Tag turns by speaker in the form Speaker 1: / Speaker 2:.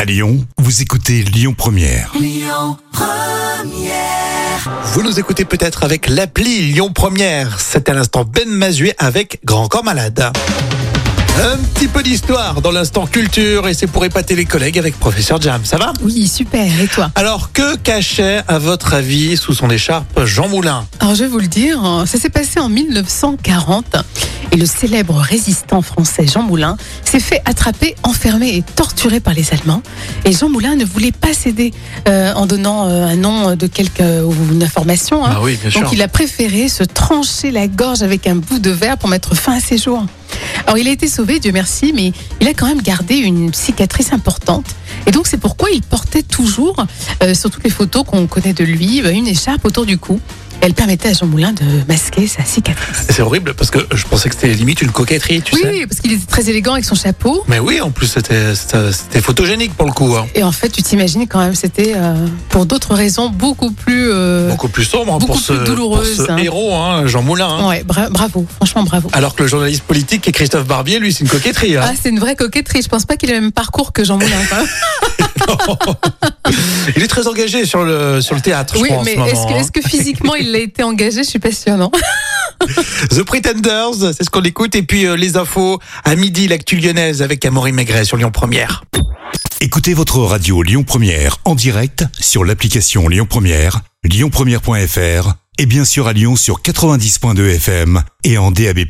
Speaker 1: À Lyon, vous écoutez Lyon Première.
Speaker 2: Vous nous écoutez peut-être avec l'appli Lyon Première. C'est à l'instant Ben Mazué avec Grand Corps Malade. Un petit peu d'histoire dans l'instant culture et c'est pour épater les collègues avec professeur Jam. Ça va
Speaker 3: Oui, super. Et toi
Speaker 2: Alors que cachait à votre avis sous son écharpe Jean Moulin
Speaker 3: Alors, je vais vous le dire, euh, ça s'est passé en 1940 et le célèbre résistant français Jean Moulin s'est fait attraper, enfermé et torturé par les Allemands. Et Jean Moulin ne voulait pas céder euh, en donnant euh, un nom de quelque euh, ou une information. hein.
Speaker 2: Ah oui, bien
Speaker 3: Donc, il a préféré se trancher la gorge avec un bout de verre pour mettre fin à ses jours. Alors, il a été sauvé, Dieu merci, mais il a quand même gardé une cicatrice importante. Et donc, c'est pourquoi il portait toujours, euh, sur toutes les photos qu'on connaît de lui, euh, une écharpe autour du cou. Elle permettait à Jean Moulin de masquer sa cicatrice.
Speaker 2: C'est horrible parce que je pensais que c'était limite une coquetterie, tu
Speaker 3: oui,
Speaker 2: sais.
Speaker 3: oui, parce qu'il était très élégant avec son chapeau.
Speaker 2: Mais oui, en plus c'était c'était- c'était photogénique pour le coup. hein.
Speaker 3: Et en fait, tu t'imagines quand même, c'était euh, pour d'autres raisons beaucoup plus. euh,
Speaker 2: Beaucoup plus sombre hein,
Speaker 3: beaucoup
Speaker 2: pour ce,
Speaker 3: plus
Speaker 2: pour
Speaker 3: douloureuse,
Speaker 2: ce
Speaker 3: hein.
Speaker 2: héros, hein, Jean Moulin. hein.
Speaker 3: Ouais, bra- bravo, franchement bravo.
Speaker 2: Alors que le journaliste politique et Christophe Barbier, lui, c'est une coquetterie. hein.
Speaker 3: Ah, c'est une vraie coquetterie. Je pense pas qu'il ait le même parcours que Jean Moulin. quand même.
Speaker 2: Il est très engagé sur le, sur le théâtre,
Speaker 3: oui,
Speaker 2: je crois, en
Speaker 3: mais
Speaker 2: ce moment.
Speaker 3: est-ce que,
Speaker 2: hein.
Speaker 3: est-ce que physiquement il a été engagé Je suis pas sûre, non
Speaker 2: hein. The Pretenders, c'est ce qu'on écoute. Et puis euh, les infos à midi, l'actu lyonnaise avec Amaury Maigret sur Lyon Première.
Speaker 1: Écoutez votre radio Lyon Première en direct sur l'application Lyon Première, lyonpremière.fr et bien sûr à Lyon sur 90.2 FM et en DAB+.